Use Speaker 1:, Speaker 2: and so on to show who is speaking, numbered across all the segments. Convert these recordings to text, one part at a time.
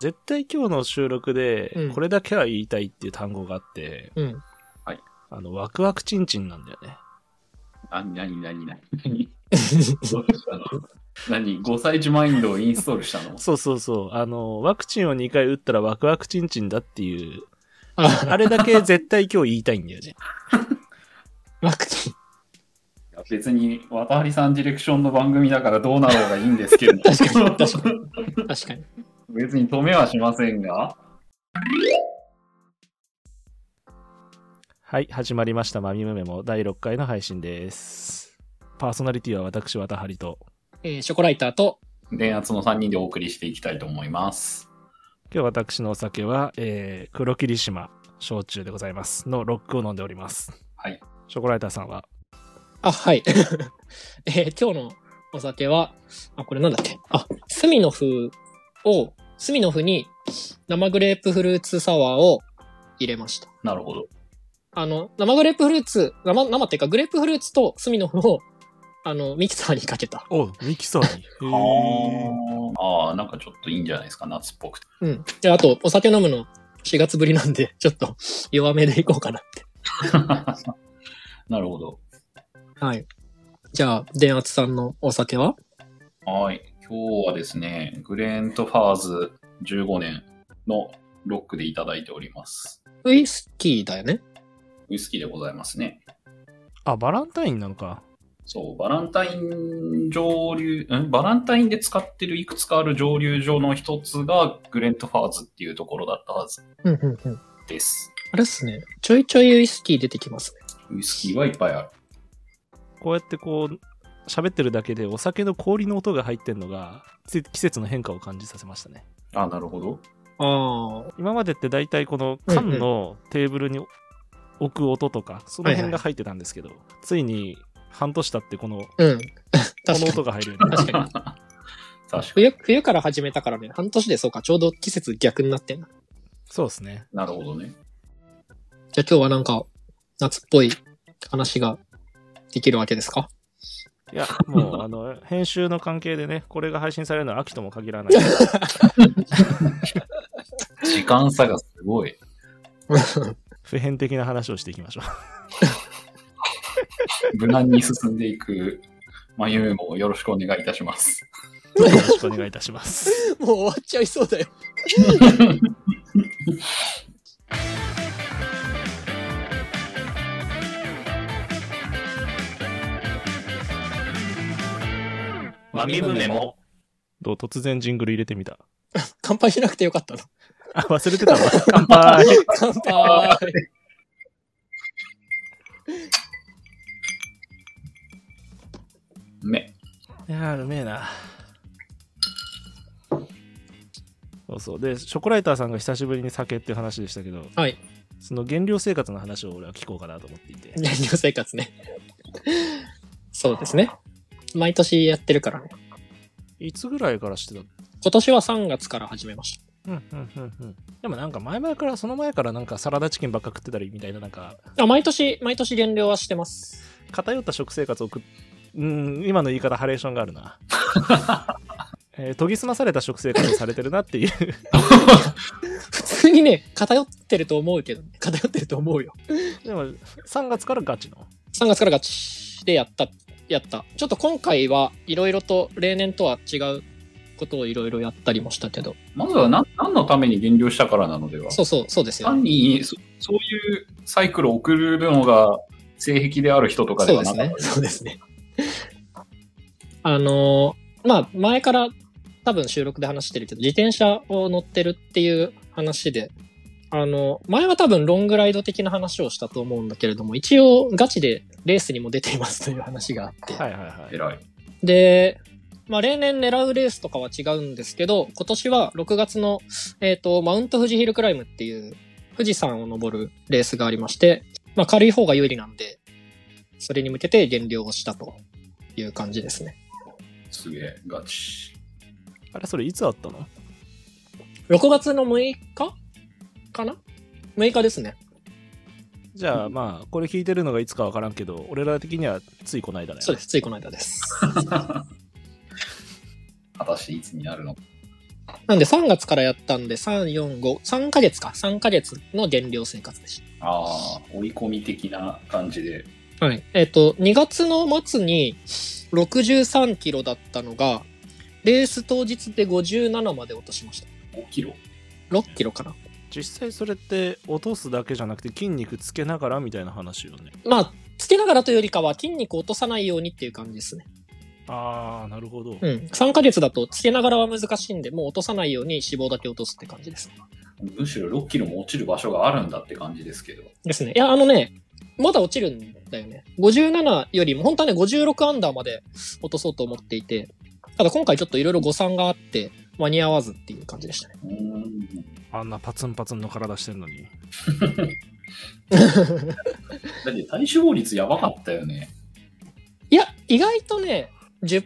Speaker 1: 絶対今日の収録
Speaker 2: う
Speaker 1: で
Speaker 2: ん、
Speaker 1: これだけは言いたいっていう単語があって、
Speaker 2: うん。
Speaker 1: あの、ワクワクチンチンなんだよね。
Speaker 3: あ、なになになに なにどうしたの何 ?5 歳児マインドをインストールしたの
Speaker 1: そうそうそう。あの、ワクチンを2回打ったらワクワクチンチンだっていう、
Speaker 2: あ、
Speaker 1: あれだけ絶対今日言いたいんだよね。
Speaker 2: ワクチン。
Speaker 3: 別に渡張さんディレクションの番組だからどうなろうがいいんですけれど
Speaker 2: 確かに確かに確かに。
Speaker 3: 別に止めはしませんが
Speaker 1: はい、始まりました。マミムメモ第6回の配信です。パーソナリティは私、渡張と。
Speaker 2: えーショコライターと、
Speaker 3: 電圧の3人でお送りしていきたいと思います
Speaker 1: 今日私のお酒は、えー、黒霧島焼酎でございます。のロックを飲んでおります。
Speaker 3: はい
Speaker 1: ショコライターさんは、
Speaker 2: あ、はい。 えー今日のお酒は、あ、これなんだっけあ、スミノフを、スミノフに生グレープフルーツサワーを入れました。
Speaker 3: なるほど
Speaker 2: あの、生グレープフルーツ、生、生っていうか、グレープフルーツとスミノフを、あの、ミキサーにかけた。
Speaker 1: おミキサーに。
Speaker 3: ああなんかちょっといいんじゃないですか夏っぽくて
Speaker 2: うん。で、あと、お酒飲むの4月ぶりなんで、 ちょっと弱めでいこうかなって。
Speaker 3: なるほど
Speaker 2: はい。じゃあ、電圧さんのお酒は
Speaker 3: はい今日はですねグレントファーズ15年のロックでいただいております
Speaker 2: ウイスキーだよね。
Speaker 3: ウイスキーでございますね
Speaker 1: あ、バランタインなのか。
Speaker 3: そう、バランタイン蒸留、んバランタインで使ってるいくつかある蒸留所の一つがグレントファーズっていうところだったはず
Speaker 2: うんうんうん。
Speaker 3: です。
Speaker 2: あれっすね。ちょいちょいウイスキー出てきますね。
Speaker 3: ウイスキーはいっぱいある。
Speaker 1: こうやってこう、喋ってるだけでお酒の氷の音が入ってんのが、季季節の変化を感じさせましたね。
Speaker 3: あ、なるほど。
Speaker 2: ああ。
Speaker 1: 今までって大体この缶のテーブルに置く音とか、その辺が入ってたんですけど、ついに半年経ってこの、こ
Speaker 2: うん。確
Speaker 1: の音
Speaker 2: かに。
Speaker 1: が入るようになった
Speaker 2: 確かに。
Speaker 3: 確かに。
Speaker 2: 冬、冬から始めたからね、半年でそうか、ちょうど季節逆になってんな。
Speaker 1: そうですね。
Speaker 3: なるほどね。
Speaker 2: じゃあ今日はなんか、夏っぽい話ができるわけですか
Speaker 1: いや、もう、あの、編集の関係でね、これが配信されるのは秋とも限らない。
Speaker 3: 時間差がすごい。
Speaker 1: 普遍的な話をしていきましょう。
Speaker 3: 無難に進んでいく、まゆめもよろしくお願いいたします。
Speaker 1: よろしくお願いいたし ます。
Speaker 2: もう終わっちゃいそうだよ。
Speaker 3: まみむねも。
Speaker 1: どう突然ジングル入れてみた。
Speaker 2: 乾杯しなくてよかったの。
Speaker 1: あ、忘れてたわ。乾杯。
Speaker 2: 乾 杯
Speaker 3: ね。
Speaker 1: いやー、うめえな。そうそう。で、ショコライターさんが久しぶりに酒っていう話でしたけど、
Speaker 2: はい。
Speaker 1: その減量生活の話を俺は聞こうかなと思っていて。
Speaker 2: 燃料生活ね。そうですね。毎年やってるからね。
Speaker 1: いつぐらいからしてた
Speaker 2: 今年は3月から始めました。
Speaker 1: うんうんうんうん。でもなんか前々から、その前からなんかサラダチキンばっか食ってたりみたいな、なんか
Speaker 2: あ毎年、毎年減量はしてます。
Speaker 1: 偏った食生活を送っうん今の言い方ハレーションがある な、えー研ぎ澄まされた食生活をされてるなっていう
Speaker 2: 普通にね、偏ってると思うけど、ね、偏ってると思うよ。
Speaker 1: でも3月からガチの
Speaker 2: 3月からガチでやった、やった。ちょっと今回はいろいろと例年とは違うことをいろいろやったりもしたけど。
Speaker 3: まずは何何のために減量したからなのでは
Speaker 2: そうそう、そうですよ、
Speaker 3: 単
Speaker 2: ね。
Speaker 3: にそそういうサイクルを送るのが性癖である人とかで
Speaker 2: そう
Speaker 3: は
Speaker 2: で
Speaker 3: なか
Speaker 2: すね。
Speaker 3: った
Speaker 2: そうですね。あのーまあ、前から多分収録で話してるけど、自転車を乗ってるっていう話で、あの、前は多分ロングライド的な話をしたと思うんだけれども、一応ガチでレースにも出ていますという話があって。
Speaker 1: はいはいはい
Speaker 3: 偉い。
Speaker 2: で、まあ、例年狙うレースとかは違うんですけど、今年は6月の、えっ、と、マウント富士ヒルクライムっていう富士山を登るレースがありまして、まあ、軽い方が有利なんで、それに向けて減量をしたという感じですね。
Speaker 3: すげえ、ガチ。
Speaker 1: あれそれいつあったの
Speaker 2: 6月の6日かな ?6 日ですね。
Speaker 1: じゃあまあこれ聞いてるのがいつかわからんけど俺ら的にはついこの間だよ
Speaker 2: そうです。ついこの間です。
Speaker 3: 果たしていつになるのか。
Speaker 2: なんで3月からやったんで、3、4、5、3ヶ月か。3ヶ月の減量生活でし
Speaker 3: ああ、追い込み的な感じで。
Speaker 2: た。はい。えっ、と、2月の末に63キロだったのが、レース当日で57まで落としました。
Speaker 3: 5キロ。
Speaker 2: 6キロかな。
Speaker 1: 実際それって落とすだけじゃなくて筋肉つけながらみたいな話よね
Speaker 2: まあ、つけながらというよりかは筋肉を落とさないようにっていう感じですね。
Speaker 1: ああなるほど、
Speaker 2: うん。3ヶ月だとつけながらは難しいんで、もう落とさないように脂肪だけ落とすって感じです。
Speaker 3: むしろ6キロも落ちる場所があるんだって感じですけど。
Speaker 2: ですね。いや、あのね、まだ落ちるんだよね。57よりも、本当はね、56アンダーまで落とそうと思っていて、ただ今回ちょっといろいろ誤算があって、間に合わずっていう感じでしたね。
Speaker 3: うーん。
Speaker 1: あんなパツンパツンの体してるのに
Speaker 3: だって体脂肪率やばかったよね。
Speaker 2: いや、意外とね、10%、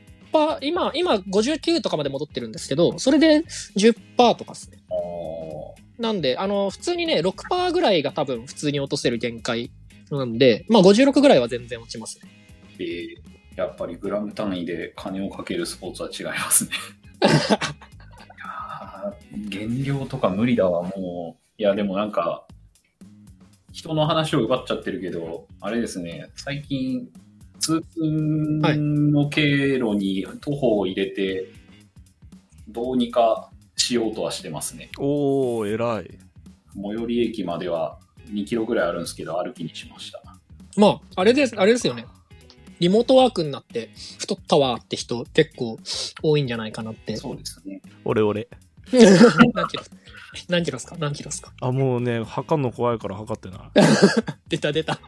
Speaker 2: 今、今59とかまで戻ってるんですけど、それで10%とかですね。
Speaker 3: ああ。
Speaker 2: なんで、あの、普通にね、6%ぐらいが多分普通に落とせる限界なんで、まあ56ぐらいは全然落ちますね。
Speaker 3: えーやっぱりグラム単位で金をかけるスポーツは違います ね。あー減量とか無理だわ、もう。いや、でもなんか、人の話を奪っちゃってるけど、あれですね、最近、通勤の経路に徒歩を入れて、どうにかしようとはしてますね。
Speaker 1: おお偉い
Speaker 3: 最寄り駅までは2キロぐらいあるんですけど、歩きにしました。
Speaker 2: まあ、あれです、あれですよね。リモートワークになって太ったわって人結構多いんじゃないかなって。
Speaker 3: そうですね。
Speaker 1: 俺俺
Speaker 2: 何キロ何キロですか何キロですか
Speaker 1: あもうね測るの怖いから測ってない
Speaker 2: 出た出た。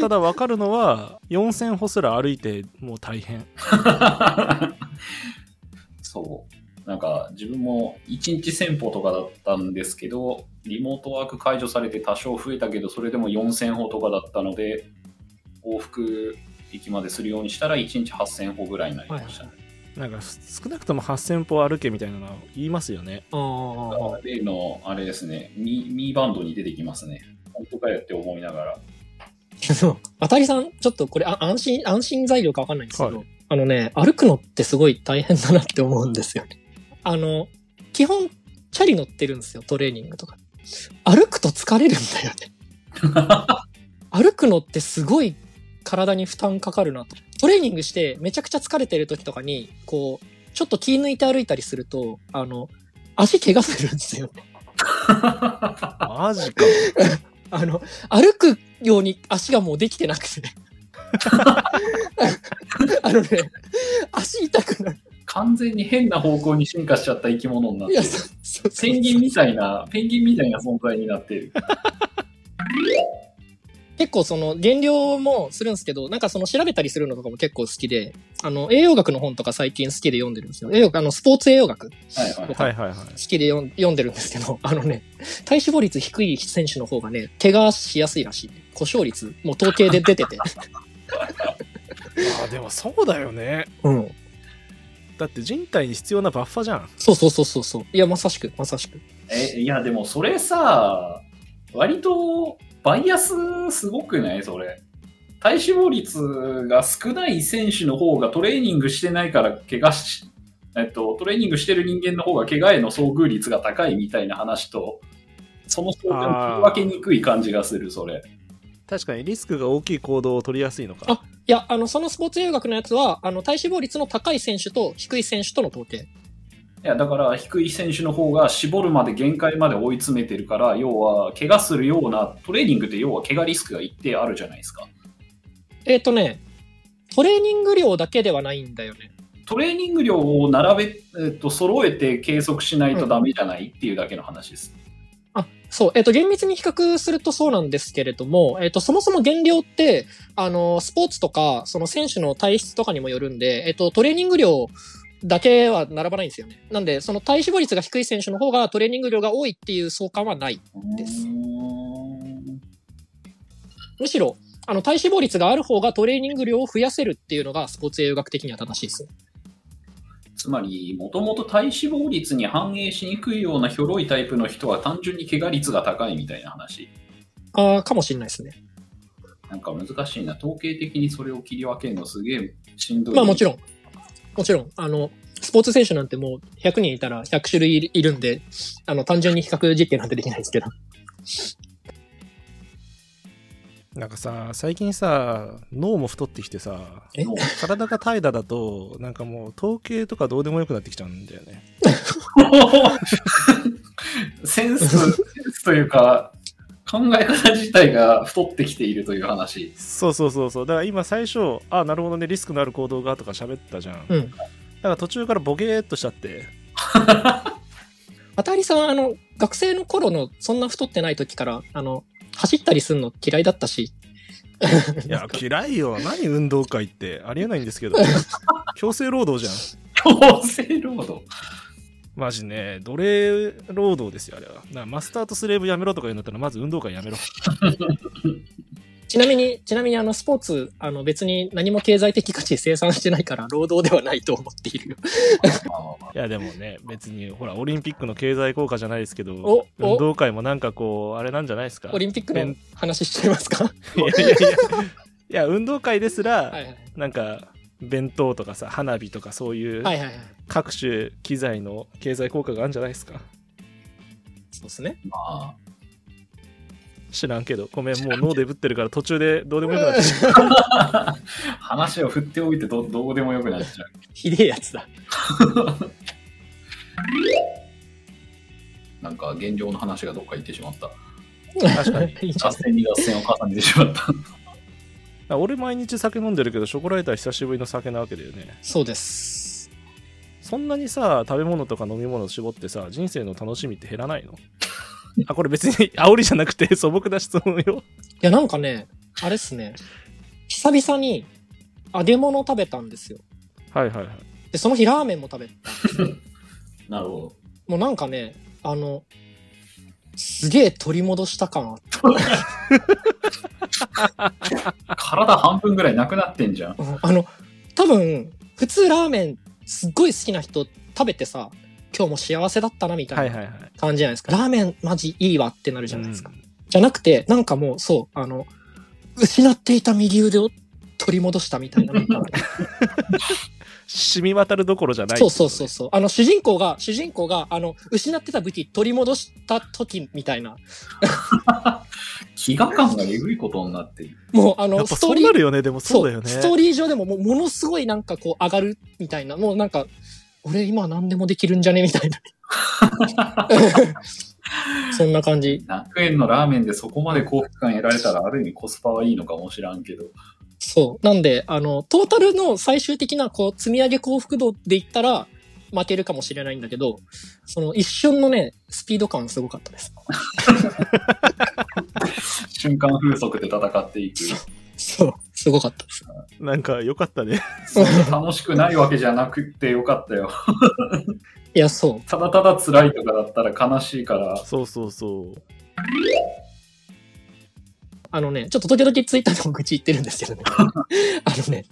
Speaker 1: ただ分かるのは4000歩すら歩いてもう大変
Speaker 3: そう。なんか自分も1日1000歩とかだったんですけど、リモートワーク解除されて多少増えたけど、それでも4000歩とかだったので、往復駅までするようにしたら1日8000歩ぐらいになりましたね。
Speaker 1: なんか少なくとも8000歩歩けみたいなのは言いますよね
Speaker 2: あー
Speaker 3: 例のあれですね、ミミーバンドに出てきますね。本当かよって思いながら。
Speaker 2: そう。あたりさん、ちょっとこれあ安心、安心材料かわかんないんですけど、
Speaker 1: は
Speaker 2: あのね、歩くのってすごい大変だなって思うんですよね。あの、基本、チャリ乗ってるんですよ、トレーニングとか。歩くと疲れるんだよね。 歩くのってすごい体に負担かかるなと。トレーニングしてめちゃくちゃ疲れてる時とかに、こう、ちょっと気抜いて歩いたりすると、あの、足怪我するんですよ。
Speaker 1: マ ジか
Speaker 2: あの、歩くように足がもうできてなくてね。 あのね、足痛くなる。
Speaker 3: 完全に変な方向に進化しちゃった生き物になっ
Speaker 2: い
Speaker 3: て
Speaker 2: や、
Speaker 3: る。
Speaker 2: そうそうそう
Speaker 3: ペンギンみたいな、ペンギンみたいな存在になってる。
Speaker 2: 結構その減量もするんですけど、なんかその調べたりするのとかも結構好きで、あの、栄養学の本とか最近好きで読んでるんですよ。栄養、あの、スポーツ栄養学好
Speaker 3: は
Speaker 1: は
Speaker 3: いはい。
Speaker 1: いはいはい
Speaker 2: きで読ん読んでるんですけど、あのね、体脂肪率低い選手の方がね、怪我しやすいらしい。故障率、もう統計で出てて。
Speaker 1: あでもそうだよね
Speaker 2: うん。
Speaker 1: だって人体に必要なバッファじゃん
Speaker 2: そうそうそうそうそう。いや、まさしく、まさしく。
Speaker 3: え、いや、でもそれさ、割とバイアスすごくないそれ。体脂肪率が少ない選手の方がトレーニングしてないから怪我し、えっと、トレーニングしてる人間の方が怪我への遭遇率が高いみたいな話と、その人が切り分けにくい感じがする、それ。
Speaker 1: 確かにリスクが大きい行動を取りやすいのか
Speaker 2: あいや、あの、そのスポーツ留学のやつは、あの、体脂肪率の高い選手と低い選手との統計。
Speaker 3: いや、だから低い選手の方が絞るまで限界まで追い詰めてるから、要は、怪我するような、トレーニングって要は怪我リスクが一定あるじゃないですか。
Speaker 2: えっ、とね、トレーニング量だけではないんだよね。
Speaker 3: トレーニング量を並べ、えっと、揃えて計測しないとダメじゃないっていうだけの話です。
Speaker 2: あ、そう。えっ、と、厳密に比較するとそうなんですけれども、えっ、と、そもそも減量って、あの、スポーツとか、その選手の体質とかにもよるんで、えっ、と、トレーニング量だけは並ばないんですよね。なんで、その体脂肪率が低い選手の方がトレーニング量が多いっていう相関はない。です
Speaker 3: うーん
Speaker 2: むしろ、あの、体脂肪率がある方がトレーニング量を増やせるっていうのが、スポーツ栄養学的には正しいですね。
Speaker 3: つまり、もともと体脂肪率に反映しにくいようなひょろいタイプの人は単純に怪我率が高いみたいな話。
Speaker 2: ああ、かもしれないですね。
Speaker 3: なんか難しいな。統計的にそれを切り分けるのすげえしんどい。
Speaker 2: まあもちろん。もちろん。あの、スポーツ選手なんてもう100人いたら100種類いるいるんで、あの、単純に比較実験なんてできないですけど。
Speaker 1: なんかさ、最近さ、脳も太ってきてさ、
Speaker 2: え
Speaker 3: もう
Speaker 1: 体が怠惰だと、なんかもう統計とかどうでもよくなってきちゃうんだよね。
Speaker 3: センス、センスというか、考え方自体が太ってきているという話。
Speaker 1: そうそうそうそう。だから今最初、あ、なるほどね、リスクのある行動がとか喋ったじゃん。
Speaker 2: う
Speaker 1: だ
Speaker 2: ん。
Speaker 1: から途中からボケーっとしちゃ って、
Speaker 2: あたりさんは、あの、学生の頃の、そんな太ってない時から、あの、走ったりするの嫌いだったし。
Speaker 1: いや、嫌いよ。何運動会ってありえないんですけ ど。強制労働じゃん。
Speaker 3: 強制労働。
Speaker 1: マジね、奴隷労働ですよ、あれは。だからマスターとスレーブやめろとか言うんだったら、まず運動会やめろ。
Speaker 2: ちなみに、ちなみにあの、スポーツ、あの、別に何も経済的価値生産してないから、労働ではないと思っているよ。
Speaker 3: まあまあまあ
Speaker 1: いや、でもね、別に、ほら、オリンピックの経済効果じゃないですけど
Speaker 2: お、お
Speaker 1: 運動会もなんかこう、あれなんじゃないですか。
Speaker 2: オリ
Speaker 1: ン
Speaker 2: ンピックの話しちゃいますか
Speaker 1: ピックいやいやいや、いや運動会ですら、
Speaker 2: はいはいはい
Speaker 1: なんか、弁当とかさ、花火とかそういう
Speaker 2: はいはいはい。
Speaker 1: 各種機材の経済効果があるんじゃないですか。
Speaker 2: そうですね。
Speaker 3: まあ。
Speaker 1: 知らんけど、ごめん、もう脳でぶってるから途中でどうでもよくなっちゃう。
Speaker 3: 話を振っておいてどどうでもよくなっちゃう。
Speaker 2: ひでえやつだ。
Speaker 3: なんか現状の話がどっか行ってしまった。
Speaker 1: 確かに
Speaker 2: いいじゃん
Speaker 3: 脱線に脱線を重ねてしまった。
Speaker 1: あ俺毎日酒飲んでるけどショコライター久しぶりの酒なわけだよね
Speaker 2: そうです。
Speaker 1: そんなにさ食べ物とか飲み物を絞ってさ人生の楽しみって減らないの あこれ別に 煽りじゃなくて素朴な質問よ
Speaker 2: いや、なんかね、あれっすね。久々に揚げ物食べたんですよ。
Speaker 1: はいはいはい
Speaker 2: で、その日ラーメンも食べた。
Speaker 3: なるほど。
Speaker 2: もうなんかね、あの、すげえ取り戻した感あった。
Speaker 3: 体半分ぐらいなくなってんじゃん。
Speaker 2: うんあ の、多分、普通ラーメンすっごい好きな人食べてさ、今日も幸せだったなみた
Speaker 1: はいい
Speaker 2: な
Speaker 1: はいはい
Speaker 2: 感じじゃないですか。ラーメンマジいいわってなるじゃないですか。
Speaker 1: うん
Speaker 2: じゃなくて、なんかもう、そう、あの、失っていた右腕を取り戻したみたいな。なんか
Speaker 1: 染み渡るどころじゃない
Speaker 2: そうそうそうそう。あの、主人公が、主人公が、あの、失ってた武器取り戻した時みたいな。
Speaker 3: 飢餓感がえぐいことになってる。
Speaker 2: もう、あ
Speaker 1: や
Speaker 2: の、
Speaker 1: っぱ
Speaker 2: ス
Speaker 1: そ
Speaker 2: トー
Speaker 1: う
Speaker 2: リー
Speaker 1: な、るよねでもそうだよね
Speaker 2: ストーリー上でももう、ものすごいなんかこう、上がるみたいな。もうなんか、俺今何でもできるんじゃねみた いな。そんな感じ。
Speaker 3: 100円のラーメンでそこまで幸福感得られたら、ある意味コスパはいいのかもしらんけど。
Speaker 2: そう。なんで、あの、トータルの最終的な、こう、積み上げ幸福度で言ったら、負けるかもしれないんだけど、その一瞬のね、スピード感すごかったです。
Speaker 3: 瞬間風速で戦っていく。
Speaker 2: そう。すごかったです。
Speaker 1: なんかよかったね
Speaker 3: 楽しくないわけじゃなくてよかったよ。
Speaker 2: いや、そ
Speaker 3: ただただ辛いとかだったら悲しいから。
Speaker 1: そうそうそう
Speaker 2: う。あのね、ちょっと時々ツイッターでも愚痴言ってるんですけどね。 あのね、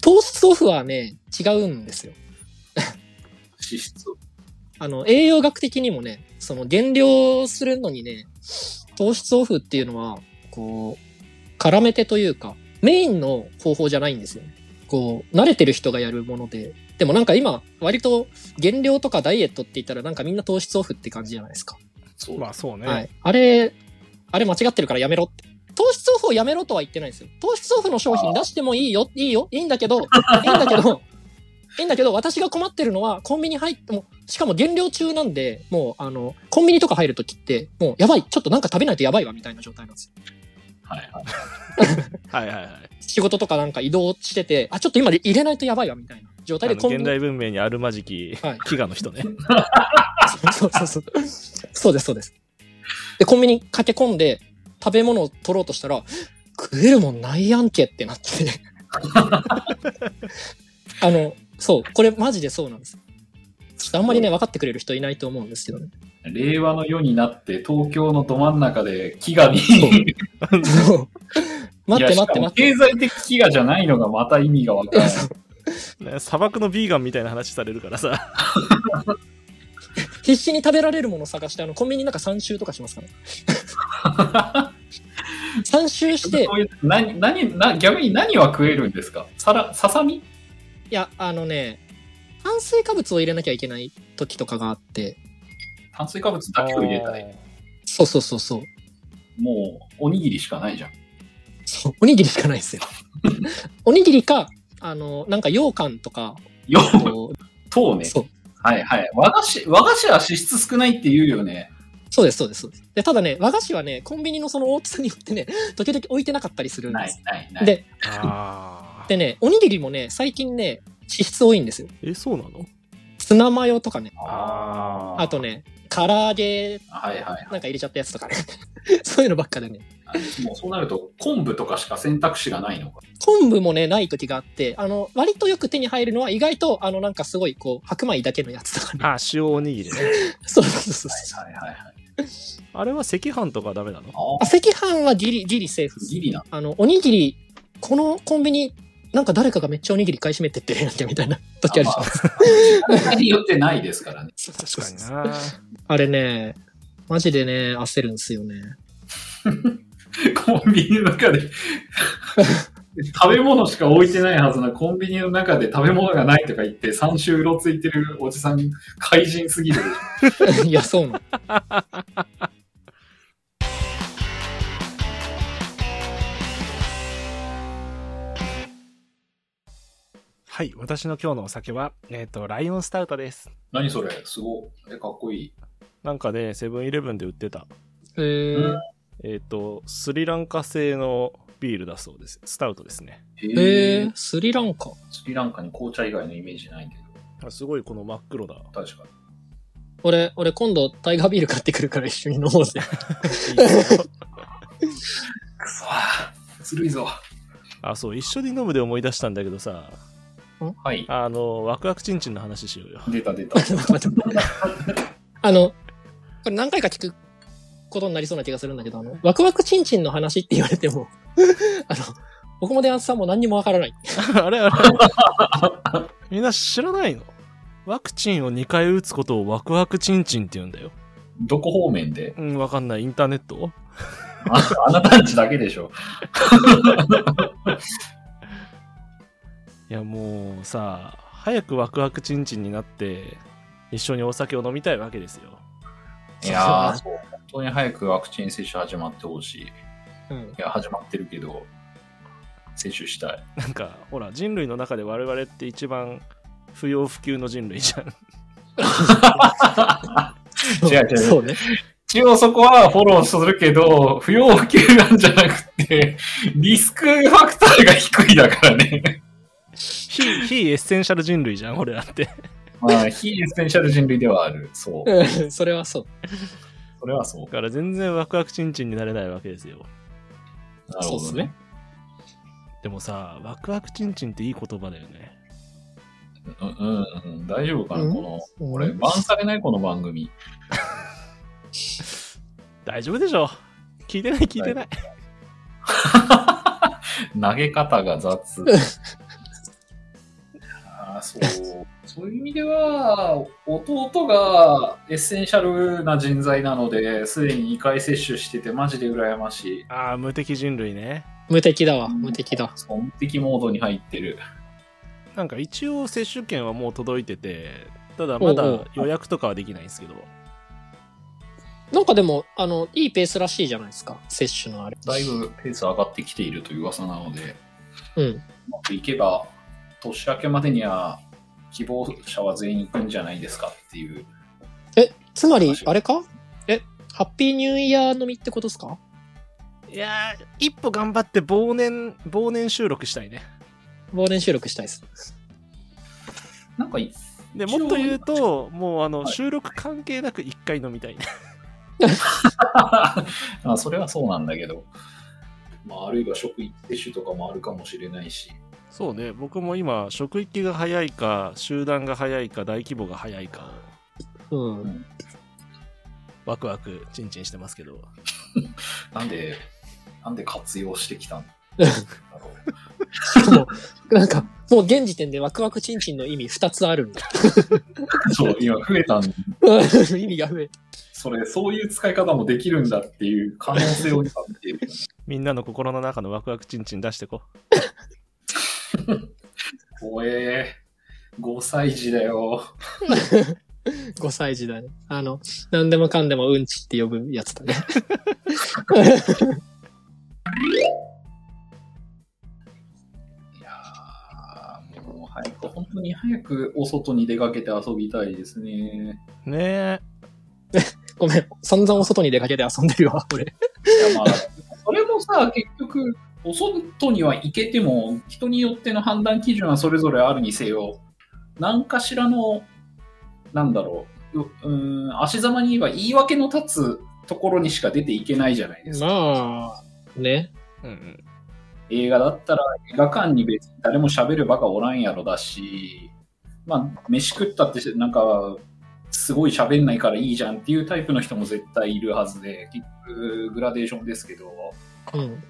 Speaker 2: 糖質オフはね、違うんですよ。
Speaker 3: 脂質を。
Speaker 2: あの、栄養学的にもね、その減量するのにね、糖質オフっていうのは、こう、絡めてというか、メインの方法じゃないんですよね。こう、慣れてる人がやるもので、でもなんか今、割と減量とかダイエットって言ったらなんかみんな糖質オフって感じじゃないですか。
Speaker 3: そう。
Speaker 1: まあそうね、
Speaker 2: はい。あれ、あれ間違ってるからやめろって。糖質オフをやめろとは言ってないんですよ。糖質オフの商品出してもいいよ、いいよ、いいんだ けど、いいんだけど、いいんだけど、私が困ってるのは、コンビニ入っても、しかも減量中なんで、もう、あの、コンビニとか入るときって、もう、やばい、ちょっとなんか食べないとやばいわ、みたいな状態なんですよ。
Speaker 3: はいは
Speaker 1: は
Speaker 3: い。
Speaker 1: いはいはい
Speaker 2: 仕事とかなんか移動してて、あ、ちょっと今入れないとやばいわ、みたいな状
Speaker 1: あ
Speaker 2: 態
Speaker 1: の
Speaker 2: でコンビ
Speaker 1: 現
Speaker 2: ニ。
Speaker 1: 代文明にあるまじき
Speaker 2: はい
Speaker 1: 飢餓の 人ね
Speaker 2: そうそうそう。 そうです、そうです。で、コンビニ駆け込んで、食べ物を取ろうとしたら、食えるもんないやんけってな って。あの、そう、これマジでそうなんです。ちょっとあんまりね、分かってくれる人いないと思うんですけどね。
Speaker 3: 令和の世になって、東京のど真ん中で飢餓に。
Speaker 2: そう待っ
Speaker 3: いや
Speaker 2: て
Speaker 3: し
Speaker 2: 待っ
Speaker 3: か
Speaker 2: て
Speaker 3: も
Speaker 2: 待って。
Speaker 3: 経済的飢餓じゃないのがまた意味がわからない。
Speaker 1: ね砂漠のビーガンみたいな話されるからさ
Speaker 2: 必死に食べられるものを探して、あの、コンビニなんか3周とかします から。3周して、い
Speaker 3: そういう何何な逆に何は食えるんですかさらささみ
Speaker 2: や、あのね、炭水化物を入れなきゃいけない時とかがあって、
Speaker 3: 炭水化物だけを入れたい。
Speaker 1: い。
Speaker 2: そうそうそうそう。
Speaker 3: もう、おにぎりしかないじゃん。
Speaker 2: そうおにぎりしかない ですよ。おにぎりか、あの、なんか羊羹とか、
Speaker 3: よ、
Speaker 2: こう
Speaker 3: 糖ね。
Speaker 2: そう、
Speaker 3: はいはい。和菓子、和菓子は脂質少ないって言うよね。
Speaker 2: そうです、そうです、そうです。で、ただね、和菓子はね、コンビニのその大きさによってね、 時々置いてなかったりするん
Speaker 3: な
Speaker 2: で
Speaker 3: い
Speaker 2: す。
Speaker 3: ないない。
Speaker 2: で
Speaker 1: ああ。
Speaker 2: でね、おにぎりもね、最近ね、脂質多いんですよ。
Speaker 1: え、そうなの
Speaker 2: ツナマヨとかね、
Speaker 1: あ
Speaker 2: あとね、唐揚げ
Speaker 3: はいはい。
Speaker 2: なんか入れちゃったやつとかね、 そういうのばっかでね。
Speaker 3: もうそうなると、昆布とかしか選択肢がないのか。
Speaker 2: 昆布もね、ない時があって、あの、割とよく手に入るのは意外と、あの、なんかすごい、こう、白米だけのやつとかね。
Speaker 1: あ、塩おにぎりね。
Speaker 2: そうそうそうそう。
Speaker 3: はいはいはい。
Speaker 1: あれは赤飯とかダメなの
Speaker 2: あ
Speaker 3: ああ、
Speaker 2: 赤飯はギリ、ギリセーフです
Speaker 3: ギリな。
Speaker 2: あの、おにぎり、このコンビニ、なんか誰かがめっちゃおにぎり買い占めて って、なんかみたいな時あるじゃん。
Speaker 3: まあそれによってないですからね。
Speaker 1: 確かにな。
Speaker 2: あれね、マジでね、焦るんすよね。
Speaker 3: コンビニの中で食べ物しか置いてないはずなコンビニの中で食べ物がないとか言って3週うろついてるおじさん怪人すぎるでしょ
Speaker 2: いや、そうなの。
Speaker 1: はい、私の今日のお酒は、えっ、と、ライオンスタウトです。
Speaker 3: 何それすごい。え、かっこいい。
Speaker 1: なんかね、セブンイレブンで売ってた、
Speaker 2: えー、
Speaker 1: えっ、と、スリランカ製のビールだそうです。スタウトですね。
Speaker 3: へ
Speaker 2: え
Speaker 3: え
Speaker 2: ー、スリランカ。
Speaker 3: スリランカに紅茶以外のイメージないけど、
Speaker 1: あすごいこの真っ黒だ。
Speaker 3: 確かに。
Speaker 2: 俺、俺今度タイガービール買ってくるから一緒に飲もうぜ。
Speaker 1: いいですよ
Speaker 3: くそーずるいぞ。
Speaker 1: あ、そう、一緒に飲むで思い出したんだけどさ、
Speaker 3: はい。
Speaker 1: あの、ワクワクチンチンの話しよう よ。
Speaker 3: 出た出た。
Speaker 2: 待って待ってあの、これ何回か聞くことになりそうな気がするんだけど、あの、ワクワクチンチンの話って言われても、 あの、僕も電圧さんも何にもわからない。
Speaker 1: あれあれ みんな知らないのワクチンを2回打つことをワクワクチンチンって言うんだよ。
Speaker 3: どこ方面で
Speaker 1: うん、わかんない。インターネット
Speaker 3: ああなたんちだけでしょ。
Speaker 1: いや、もうさ、早くワクワクチンチンになって、一緒にお酒を飲みたいわけですよ。
Speaker 3: いやー、そう本当に早くワクチン接種始まってほしい。い
Speaker 2: うん。
Speaker 3: や、始まってるけど、接種したい。
Speaker 1: なんか、ほら、人類の中で我々って一番不要不急の人類じゃん。
Speaker 3: 違う違 う
Speaker 2: そう ね。
Speaker 3: 一応そこはフォローするけど、不要不急なんじゃなくて、 リスクファクターが低いだからね。
Speaker 1: 非、非エッセンシャル人類じゃん、俺らって。
Speaker 3: まあ、非エッセンシャル人類ではある。そう。
Speaker 2: うんそれはそう。
Speaker 3: それはそう
Speaker 1: だ。から全然ワクワクチンチンになれないわけですよ。
Speaker 3: なるほ
Speaker 2: そうっ
Speaker 3: ど
Speaker 2: す
Speaker 3: ね
Speaker 2: ね。
Speaker 1: でもさ、ワクワクチンチンっていい言葉だよね。
Speaker 3: うんうんうん、大丈夫かな、
Speaker 2: うん
Speaker 3: この。こ
Speaker 2: 俺
Speaker 3: れ、バンされないこの番組。
Speaker 1: 大丈夫でしょ聞いてない聞いてない。
Speaker 3: 投げ方が雑。あーそう。そういう意味では、弟がエッセンシャルな人材なので、すでに2回接種してて、マジで羨ましい。
Speaker 1: ああ、無敵人類ね。
Speaker 2: 無敵だわ、無敵だ。
Speaker 3: そう、無敵モードに入ってる。
Speaker 1: なんか一応接種券はもう届いてて、ただまだ
Speaker 2: おうおう
Speaker 1: 予約とかはできないんですけど。
Speaker 2: なんかでも、あの、いいペースらしいじゃないですか、接種のあれ。
Speaker 3: だいぶペース上がってきているという噂なので、
Speaker 2: うん。
Speaker 3: うまくいけば、年明けまでには、希望者は全員行くんじゃないですかっていう。
Speaker 2: え、つまり、あれかえ、ハッピーニューイヤー飲みってことですか
Speaker 1: いやー、一歩頑張って忘年、忘年収録したいね。
Speaker 2: 忘年収録したいです。
Speaker 3: なんかい、
Speaker 1: で、
Speaker 3: 一
Speaker 1: も
Speaker 3: 応
Speaker 1: っと言うと、もうあの、
Speaker 3: はい
Speaker 1: 収録関係なく一回飲みたいね。
Speaker 3: まあそれはそうなんだけど、まあ、あるいは職域接種とかもあるかもしれないし、
Speaker 1: そうね、僕も今、職域が早いか、集団が早いか、大規模が早いか
Speaker 2: うん。
Speaker 1: を、ワクワク、チンチンしてますけど。
Speaker 3: なんで、なんで活用してきたんだろう。
Speaker 2: しかも、なんか、もう現時点でワクワクチンチンの意味2つあるんだ。
Speaker 3: そう、今増えたん
Speaker 2: 意味が増えた。
Speaker 3: それ、そういう使い方もできるんだっていう可能性を今見ている。
Speaker 1: みんなの心の中のワクワクチンチン出してこ。
Speaker 3: 怖え5歳児だよ。
Speaker 2: 5歳児だね。あの、何でもかんでもうんちって呼ぶやつだね。
Speaker 3: いやーもう早く、本当に早くお外に出かけて遊びたいですね。
Speaker 1: ねえ。
Speaker 2: ごめん、散々お外に出かけて遊んでるわ、俺。
Speaker 3: いやまあ、それもさ、結局、お外には行けても、人によっての判断基準はそれぞれあるにせよ、何かしらの、なんだろう、ううーん、足ざまに言えば言い訳の立つところにしか出ていけないじゃないですか。
Speaker 2: まあ、ね。
Speaker 1: うんうん。
Speaker 3: 映画だったら映画館に別に誰も喋るバカおらんやろだし、まあ、飯食ったってなんか、すごい喋んないからいいじゃんっていうタイプの人も絶対いるはずで、結局グラデーションですけど、
Speaker 2: うん。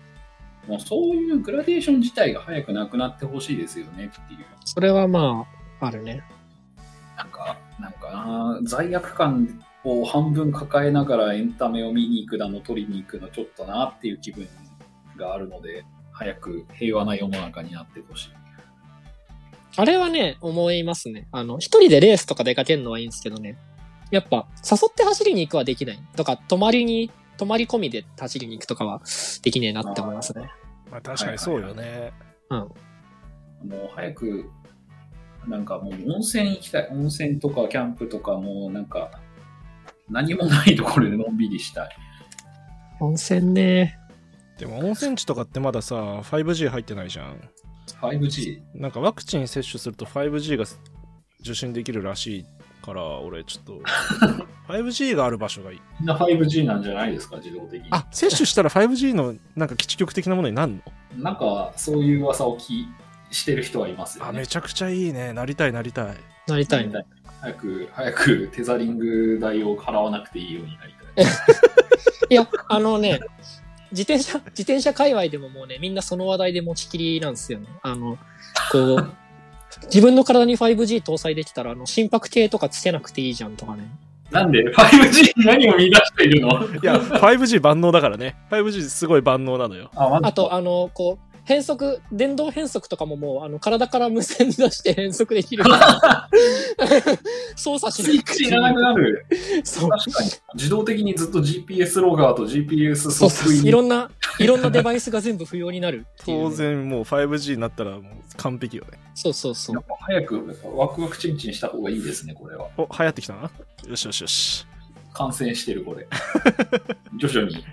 Speaker 3: もうそういうグラデーション自体が早くなくなってほしいですよねっていう。
Speaker 2: それはまあ、あるね。
Speaker 3: なんか、なんかな、罪悪感を半分抱えながらエンタメを見に行くだの、取りに行くの、ちょっとなっていう気分があるので、早く平和な世の中になってほしい。
Speaker 2: あれはね、思いますね。あの、一人でレースとか出かけるのはいいんですけどね。やっぱ、誘って走りに行くはできない。とか、泊まりに、泊まり込みで走りに行くとかはできねえなって思いますね。
Speaker 1: まあ確かにそうよね。
Speaker 3: もう早く、なんかもう温泉行きたい。温泉とかキャンプとかもうなんか、何もないところでのんびりしたい。
Speaker 2: 温泉ね。
Speaker 1: でも温泉地とかってまださ、5G 入ってないじゃん。
Speaker 3: 5G。
Speaker 1: なんかワクチン接種すると 5G が受信できるらしいから、俺ちょっ と、5G がある場所がいい。
Speaker 3: みんな 5G なんじゃないですか、自動的に。
Speaker 1: あ、接種したら 5G のなんか基地局的なものになるの
Speaker 3: なんか、そういう噂を聞いしてる人はいますよ
Speaker 1: あ、
Speaker 3: ね
Speaker 1: め。ちゃくちゃいいね。なりたいなりたい。
Speaker 2: なりたいね。
Speaker 3: 早く、早くテザリング代を払わなくていいようになりたい。
Speaker 2: いや、あのね、自転車、自転車界隈でももうね、みんなその話題で持ちきりなんですよね。あの、こう、自分の体に 5G 搭載できたら、あの、心拍計とかつけなくていいじゃんとかね。
Speaker 3: なんで ?5G に何を見出しているの
Speaker 1: いや、5G 万能だからね。5G すごい万能なのよ。
Speaker 3: あ、ま
Speaker 2: あと、あの、こう、変速、電動変速とかももう、あの、体から無線出して変速できるから。操作し
Speaker 3: ス
Speaker 2: な
Speaker 3: イッ
Speaker 2: く
Speaker 3: チ
Speaker 2: てい
Speaker 3: いらなくなる。
Speaker 2: い。そう。
Speaker 3: 確かに。自動的にずっと GPS ロガーと GPS
Speaker 2: そ
Speaker 3: ソ
Speaker 2: う
Speaker 3: フ
Speaker 2: そう。
Speaker 3: トイ
Speaker 2: い
Speaker 3: ン
Speaker 2: ろんな、いろんなデバイスが全部不要になるっていうね
Speaker 1: 当。然もう 5G になったらもう完璧よね。
Speaker 2: そうそうそ
Speaker 3: や
Speaker 2: う
Speaker 3: っ。ぱ早くワクワクチンチンした方がいいですね、これは。
Speaker 1: お、流行ってきたな。よしよしよし。
Speaker 3: 感染してる、これ。徐々に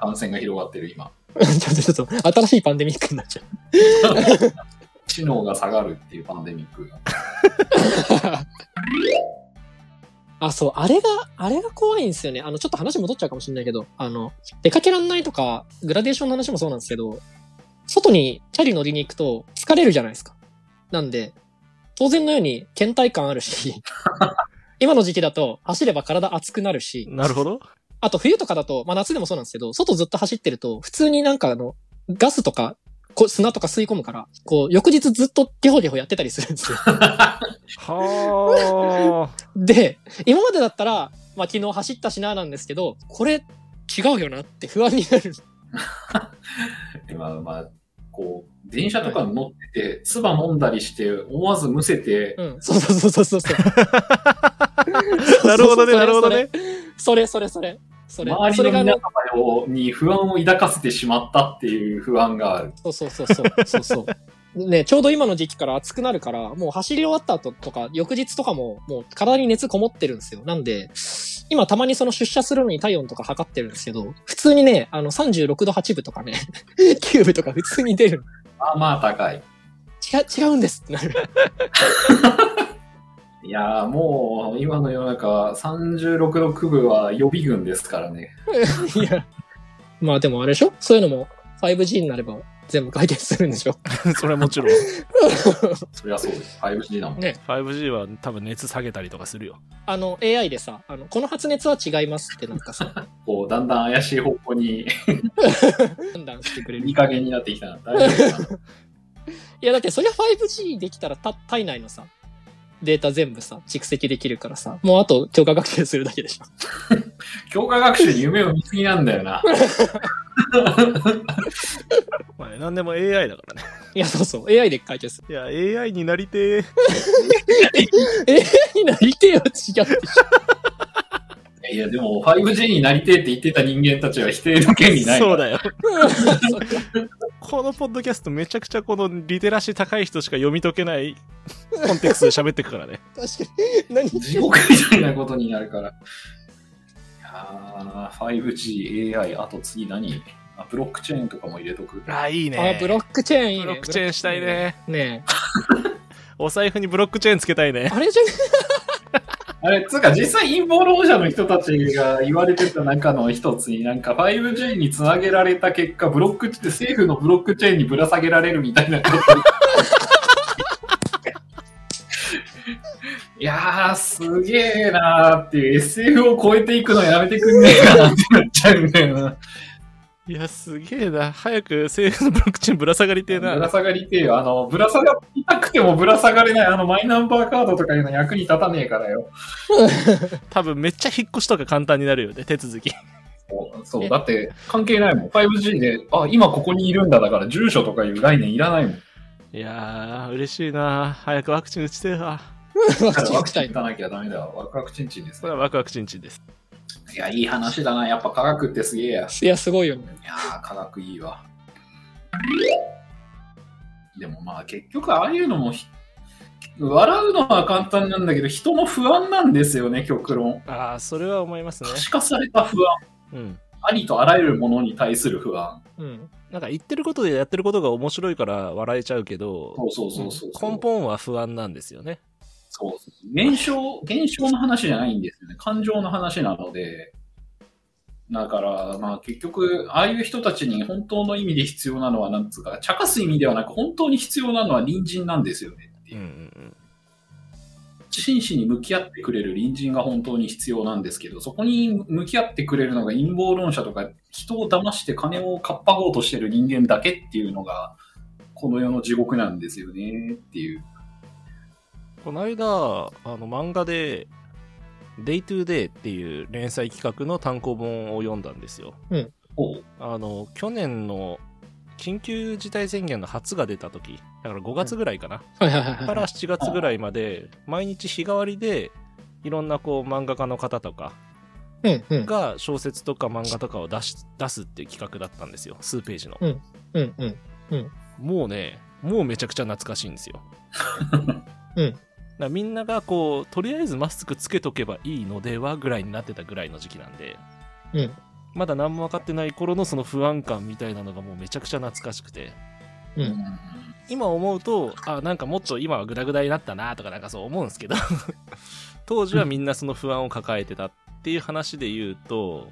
Speaker 3: 感染が広がってる、今。
Speaker 2: ちょっと、ちょっと、新しいパンデミックになっちゃう。
Speaker 3: 知能が下がるっていうパンデミックが。
Speaker 2: あ、そう、あれが、あれが怖いんですよね。あの、ちょっと話戻っちゃうかもしれないけど、あの、出かけらんないとか、グラデーションの話もそうなんですけど、外にチャリ乗りに行くと疲れるじゃないですか。なんで、当然のように倦怠感あるし、 今の時期だと走れば体熱くなるし、
Speaker 1: なるほど。
Speaker 2: あと冬とかだと、まあ夏でもそうなんですけど、外ずっと走ってると、普通になんかあの、ガスとか、こう砂とか吸い込むから、こう、翌日ずっとゲホゲホやってたりするんです よ。
Speaker 1: はあ。
Speaker 2: で、今までだったら、まあ、昨日走ったしななんですけど、これ違うよなって不安になる。
Speaker 3: 今、まあ、こう、電車とかに乗ってて、唾飲んだりして、思わずむせて、
Speaker 2: うん、そうそうそうそうそう。
Speaker 1: なるほどね、
Speaker 2: それ
Speaker 1: なるほどね。。
Speaker 2: それそれそれそれ。それ
Speaker 3: 周
Speaker 2: そ
Speaker 3: り
Speaker 2: れ
Speaker 3: の
Speaker 2: が
Speaker 3: 皆
Speaker 2: ね
Speaker 3: 様、をに不安を抱かせてしまったっていう不安がある。
Speaker 2: そうそうそうそうそうそう。ね、ちょうど今の時期から暑くなるから、もう走り終わった後とか、翌日とかも、もう体に熱こもってるんですよ。なんで、今たまにその出社するのに体温とか測ってるんですけど、普通にね、あの36度8分とかね、9分とか普通に出る。
Speaker 3: まあまあ高い。
Speaker 2: 違う、違うんですってなる。
Speaker 3: いやーもう、今の世の中、36度区分は予備軍ですからね。
Speaker 2: いや。まあでもあれでしょそういうのも 5G になれば全部解決するんでしょ
Speaker 1: それはもちろん。
Speaker 3: そりゃそう です。5G だもん。
Speaker 2: ね。
Speaker 1: 5G は多分熱下げたりとかするよ。
Speaker 2: あの AI でさ、あの、この発熱は違いますってなんか さ、
Speaker 3: こう、だんだん怪しい方向に
Speaker 2: 判断してくれる。
Speaker 3: いい
Speaker 2: い
Speaker 3: 加減になってきたな。大丈夫かな
Speaker 2: やだってそりゃ 5G できたらた体内のさ、データ全部さ、蓄積できるからさ、もうあと強化学習するだけでしょ。
Speaker 3: 強化学習に夢を見すぎなんだよな。
Speaker 1: まあね、何でも AI だからね。
Speaker 2: いや、そうそう。AI で解決する。
Speaker 1: いや、AI になりてー。
Speaker 2: AI になりてえよ、違う でしょ。
Speaker 3: いや、でも 5G になりてえって言ってた人間たちは否定の権利ない。
Speaker 1: そうだよ。このポッドキャストめちゃくちゃこのリテラシー高い人しか読み解け ないコンテクストで喋ってくからね。
Speaker 2: 確かに。何
Speaker 3: 地獄みたいなことになるから。いやー、5G、AI、あと次何あブロックチェーンとかも入れとく。
Speaker 1: あ、いいね。
Speaker 2: あ、ブロックチェーンいいね。
Speaker 1: ブロックチェーンしたいね。
Speaker 2: ね
Speaker 1: お財布にブロックチェーンつけたいね
Speaker 2: え。。あれじ ゃね
Speaker 3: あれ、つうか実際陰謀論者の人たちが言われてた中の一つに、なんか 5G につなげられた結果、ブロックチェーン、政府のブロックチェーンにぶら下げられるみたいなこと。いやー、すげえなーっていう SF を超えていくのやめてくんねえかなってなっちゃうんだよな。
Speaker 1: いや、すげえな。早く政府のブロックチェーンぶら下がりてえ
Speaker 3: ぶら
Speaker 1: な。
Speaker 3: 下がりてえよ。あの、ぶら下がりたくてもぶら下がれない、あの、マイナンバーカードとかいうの役に立たねえからよ。
Speaker 1: 多分めっちゃ引っ越しとか簡単になるよね、手続き。
Speaker 3: そう、そうだって関係ないもん。5G で、あ、今ここにいるんだだから、住所とかいう概念いらないもん。
Speaker 1: いやー、嬉しいな。早くワクチン打ちてえわ。
Speaker 2: ワ
Speaker 3: だか
Speaker 2: ク
Speaker 3: ら
Speaker 2: チン
Speaker 3: ワ
Speaker 2: 打
Speaker 3: ク
Speaker 2: ち
Speaker 3: チ
Speaker 2: た
Speaker 3: ン
Speaker 2: い
Speaker 3: 打
Speaker 2: の。
Speaker 3: たなきゃダメだよ。ワクワクチンチンです
Speaker 1: これ。はワクワクチンチンです。
Speaker 3: いや、いい話だな。やっぱ科学ってすげえや。い
Speaker 2: いや、すごいよね。
Speaker 3: やー、科学いいわ。でもまあ、結局ああいうのもひ、笑うのは簡単なんだけど、人の不安なんですよね、極論。
Speaker 1: ああ、それは思いますね
Speaker 3: 可。視化された不安。
Speaker 1: うん。
Speaker 3: ありとあらゆるものに対する不安。
Speaker 2: うん。
Speaker 1: なんか言ってることでやってることが面白いから笑えちゃうけど、
Speaker 3: そうそうそうそう。
Speaker 1: 根本は不安なんですよね。
Speaker 3: そう。現象、現象の話じゃないんですよね。感情の話なので。だから、まあ結局、ああいう人たちに本当の意味で必要なのは、なんつうか、茶化す意味ではなく、本当に必要なのは隣人なんですよねって
Speaker 1: う
Speaker 3: い
Speaker 1: ん
Speaker 3: う。
Speaker 1: うんうん。
Speaker 3: 真摯に向き合ってくれる隣人が本当に必要なんですけど、そこに向き合ってくれるのが陰謀論者とか、人を騙して金をかっぱごうとしてる人間だけっていうのが、この世の地獄なんですよねっていう。
Speaker 1: この間、あの漫画で、Day to Day っていう連載企画の単行本を読んだんですよ。
Speaker 3: ほう
Speaker 1: あの、去年の緊急事態宣言の初が出た時、だから5月ぐらいかな、
Speaker 2: はいはいはい
Speaker 1: か
Speaker 2: は
Speaker 1: ら
Speaker 2: い。
Speaker 1: 7月ぐらいまで、毎日日替わりで、いろんなこう漫画家の方とか
Speaker 2: うんうん。
Speaker 1: が小説とか漫画とかを出し出すっていう企画だったんですよ。数ページの。
Speaker 2: うんうん。
Speaker 1: もうね、もうめちゃくちゃ懐かしいんですよ。
Speaker 2: うん
Speaker 1: だからみんながこう、とりあえずマスクつけとけばいいのではぐらいになってたぐらいの時期なんで、
Speaker 2: うん
Speaker 1: まだ何も分かってない頃のその不安感みたいなのがもうめちゃくちゃ懐かしくて、
Speaker 2: う
Speaker 3: うん
Speaker 2: ん。
Speaker 1: 今思うと、あ、なんかもっと今はグダグダになったなとかなんかそう思うんですけど、 当時はみんなその不安を抱えてたっていう話で言うと、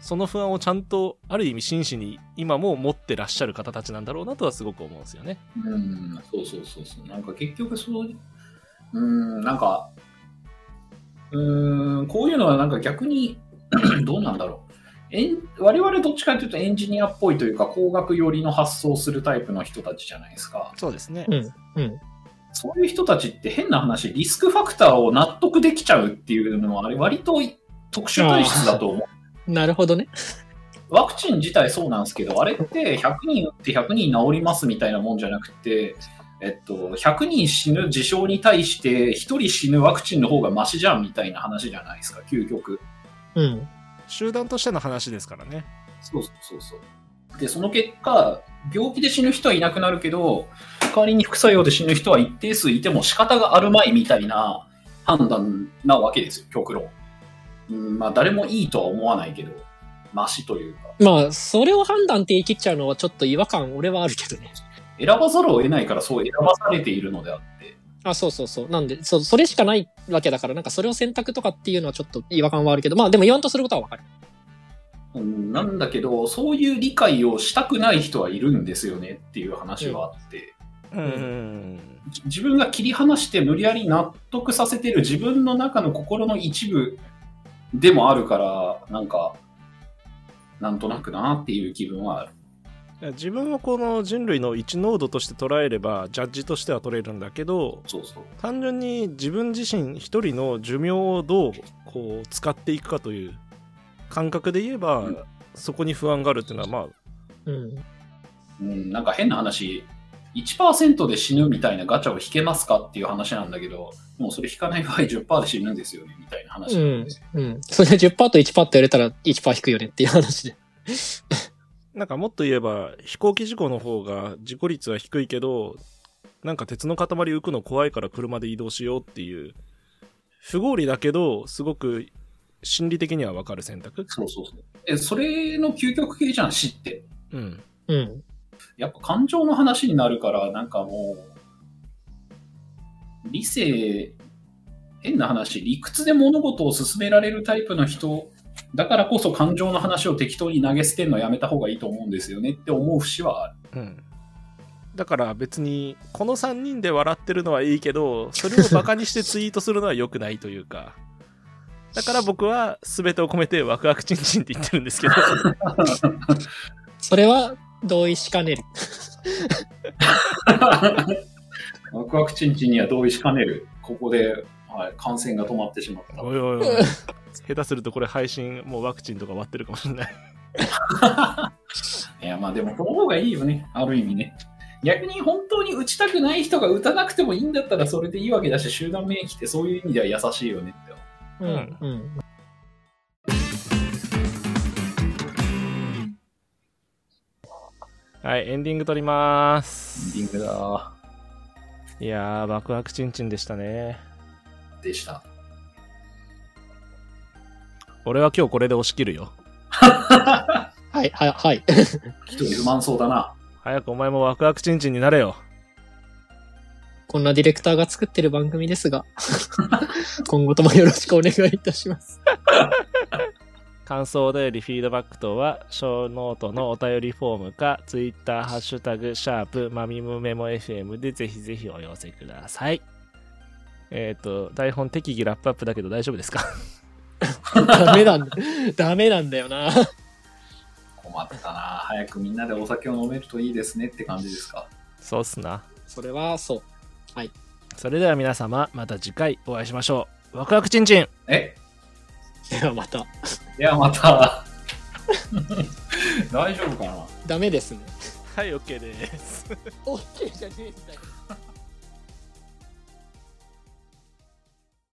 Speaker 1: その不安をちゃんとある意味真摯に今も持ってらっしゃる方たちなんだろうなとはすごく思うんですよね。
Speaker 3: うん、そうそうそうそう。なんか結局そう、うん、なんか、うん、こういうのはなんか逆に、 どうなんだろう。エン我々どっちかというとエンジニアっぽいというか工学寄りの発想をするタイプの人たちじゃないですか。
Speaker 1: そうですね。
Speaker 2: うんうん。
Speaker 3: そういう人たちって変な話、リスクファクターを納得できちゃうっていうのは、あれ割と特殊体質だと思う。
Speaker 2: なるほどね。
Speaker 3: ワクチン自体そうなんですけど、あれって100人打って100人治りますみたいなもんじゃなくて、えっと、100人死ぬ事象に対して1人死ぬワクチンの方がマシじゃんみたいな話じゃないですか、究極。
Speaker 2: うん。
Speaker 1: 集団としての話ですからね。
Speaker 3: そうそうそうそう。で、その結果、病気で死ぬ人はいなくなるけど、代わりに副作用で死ぬ人は一定数いても仕方があるまいみたいな判断なわけですよ、極論。うん、まあ、誰もいいとは思わないけど、マシというか。
Speaker 2: まあ、それを判断って言い切っちゃうのはちょっと違和感、俺はあるけどね。
Speaker 3: 選ばざるを得ないからそう選ばされているのであって、
Speaker 2: あ、そうそうそう。なんで、そう、それしかないわけだから、なんかそれを選択とかっていうのはちょっと違和感はあるけど、まあでも言わんとすることはわかる。
Speaker 3: うんなんだけど、そういう理解をしたくない人はいるんですよねっていう話はあって、
Speaker 1: うん
Speaker 3: じ自分が切り離して無理やり納得させてる自分の中の心の一部でもあるから、なんか、なんとなくなっていう気分はある。
Speaker 1: 自分をこの人類の一濃度として捉えればジャッジとしては取れるんだけど
Speaker 3: そうそう。
Speaker 1: 単純に自分自身一人の寿命をどうこう使っていくかという感覚で言えば、
Speaker 3: うん
Speaker 1: そこに不安があるっていうのはまあ
Speaker 2: うん。
Speaker 3: うん、なんか変な話、1%で死ぬみたいなガチャを引けますかっていう話なんだけど、もうそれ引かない場合10%で死ぬんですよね、みたいな話
Speaker 2: う
Speaker 3: なん
Speaker 2: ん
Speaker 3: ですよ。。
Speaker 2: うん。それで10%と1%ってやれたら1%引くよねっていう話で。
Speaker 1: なんかもっと言えば飛行機事故の方が事故率は低いけどなんか鉄の塊浮くの怖いから車で移動しようっていう不合理だけどすごく心理的にはわかる選択
Speaker 3: そうそうそう。え、それの究極系じゃん、死って。
Speaker 1: うん
Speaker 2: うん。
Speaker 3: やっぱ感情の話になるから、なんかもう、理性、変な話、理屈で物事を進められるタイプの人、だからこそ感情の話を適当に投げ捨てるのやめた方がいいと思うんですよねって思う節はある。
Speaker 1: うんだから別にこの3人で笑ってるのはいいけどそれをバカにしてツイートするのは良くないという かだから僕は全てを込めてワクワクチンチンって言ってるんですけど
Speaker 2: それは同意しかねる。
Speaker 3: ワクワクチンチンには同意しかねる。ここで、はい、感染が止まってしまった。
Speaker 1: おいおいおい 下手するとこれ配信もうワクチンとか割ってるかもしれない
Speaker 3: いや、まあでも、この方がいいよね。ある意味ね。逆に本当に打ちたくない人が打たなくてもいいんだったらそれでいいわけだし、集団免疫ってそういう意味では優しいよねって。
Speaker 2: うんん。うん。
Speaker 1: はい、エンディング撮りま
Speaker 3: エン
Speaker 1: す。
Speaker 3: ディングだ
Speaker 1: いやー、ワクワクチンチンでしたね。
Speaker 3: ーでした。
Speaker 1: 俺は今日これで押し切るよ。
Speaker 2: はい、はい、はい。
Speaker 3: 一人不満そうだな。
Speaker 1: 早くお前もワクワクチンチンになれよ。
Speaker 2: こんなディレクターが作ってる番組ですが、 今後ともよろしくお願いいたします。
Speaker 1: 感想でリフィードバック等は、小ノートのお便りフォームか、ツイッターハッシュタグ、シャープ、マミムメモ FM でぜひぜひお寄せください。えっ、と、台本適宜ラップアップだけど大丈夫ですか
Speaker 2: ダメなんだ。ダメなんだよな。
Speaker 3: 困ったな。早くみんなでお酒を飲めるといいですねって感じですか。
Speaker 1: そうっすな。
Speaker 2: それはそう。
Speaker 1: それでは皆様、また次回お会いしましょう。ワクワクチンチン
Speaker 3: え
Speaker 2: ではまた。
Speaker 3: ではまた。 大丈夫かな
Speaker 2: ダメですね。
Speaker 1: はい、OK です。
Speaker 2: OK じゃねえんだよ。